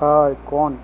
हाय कौन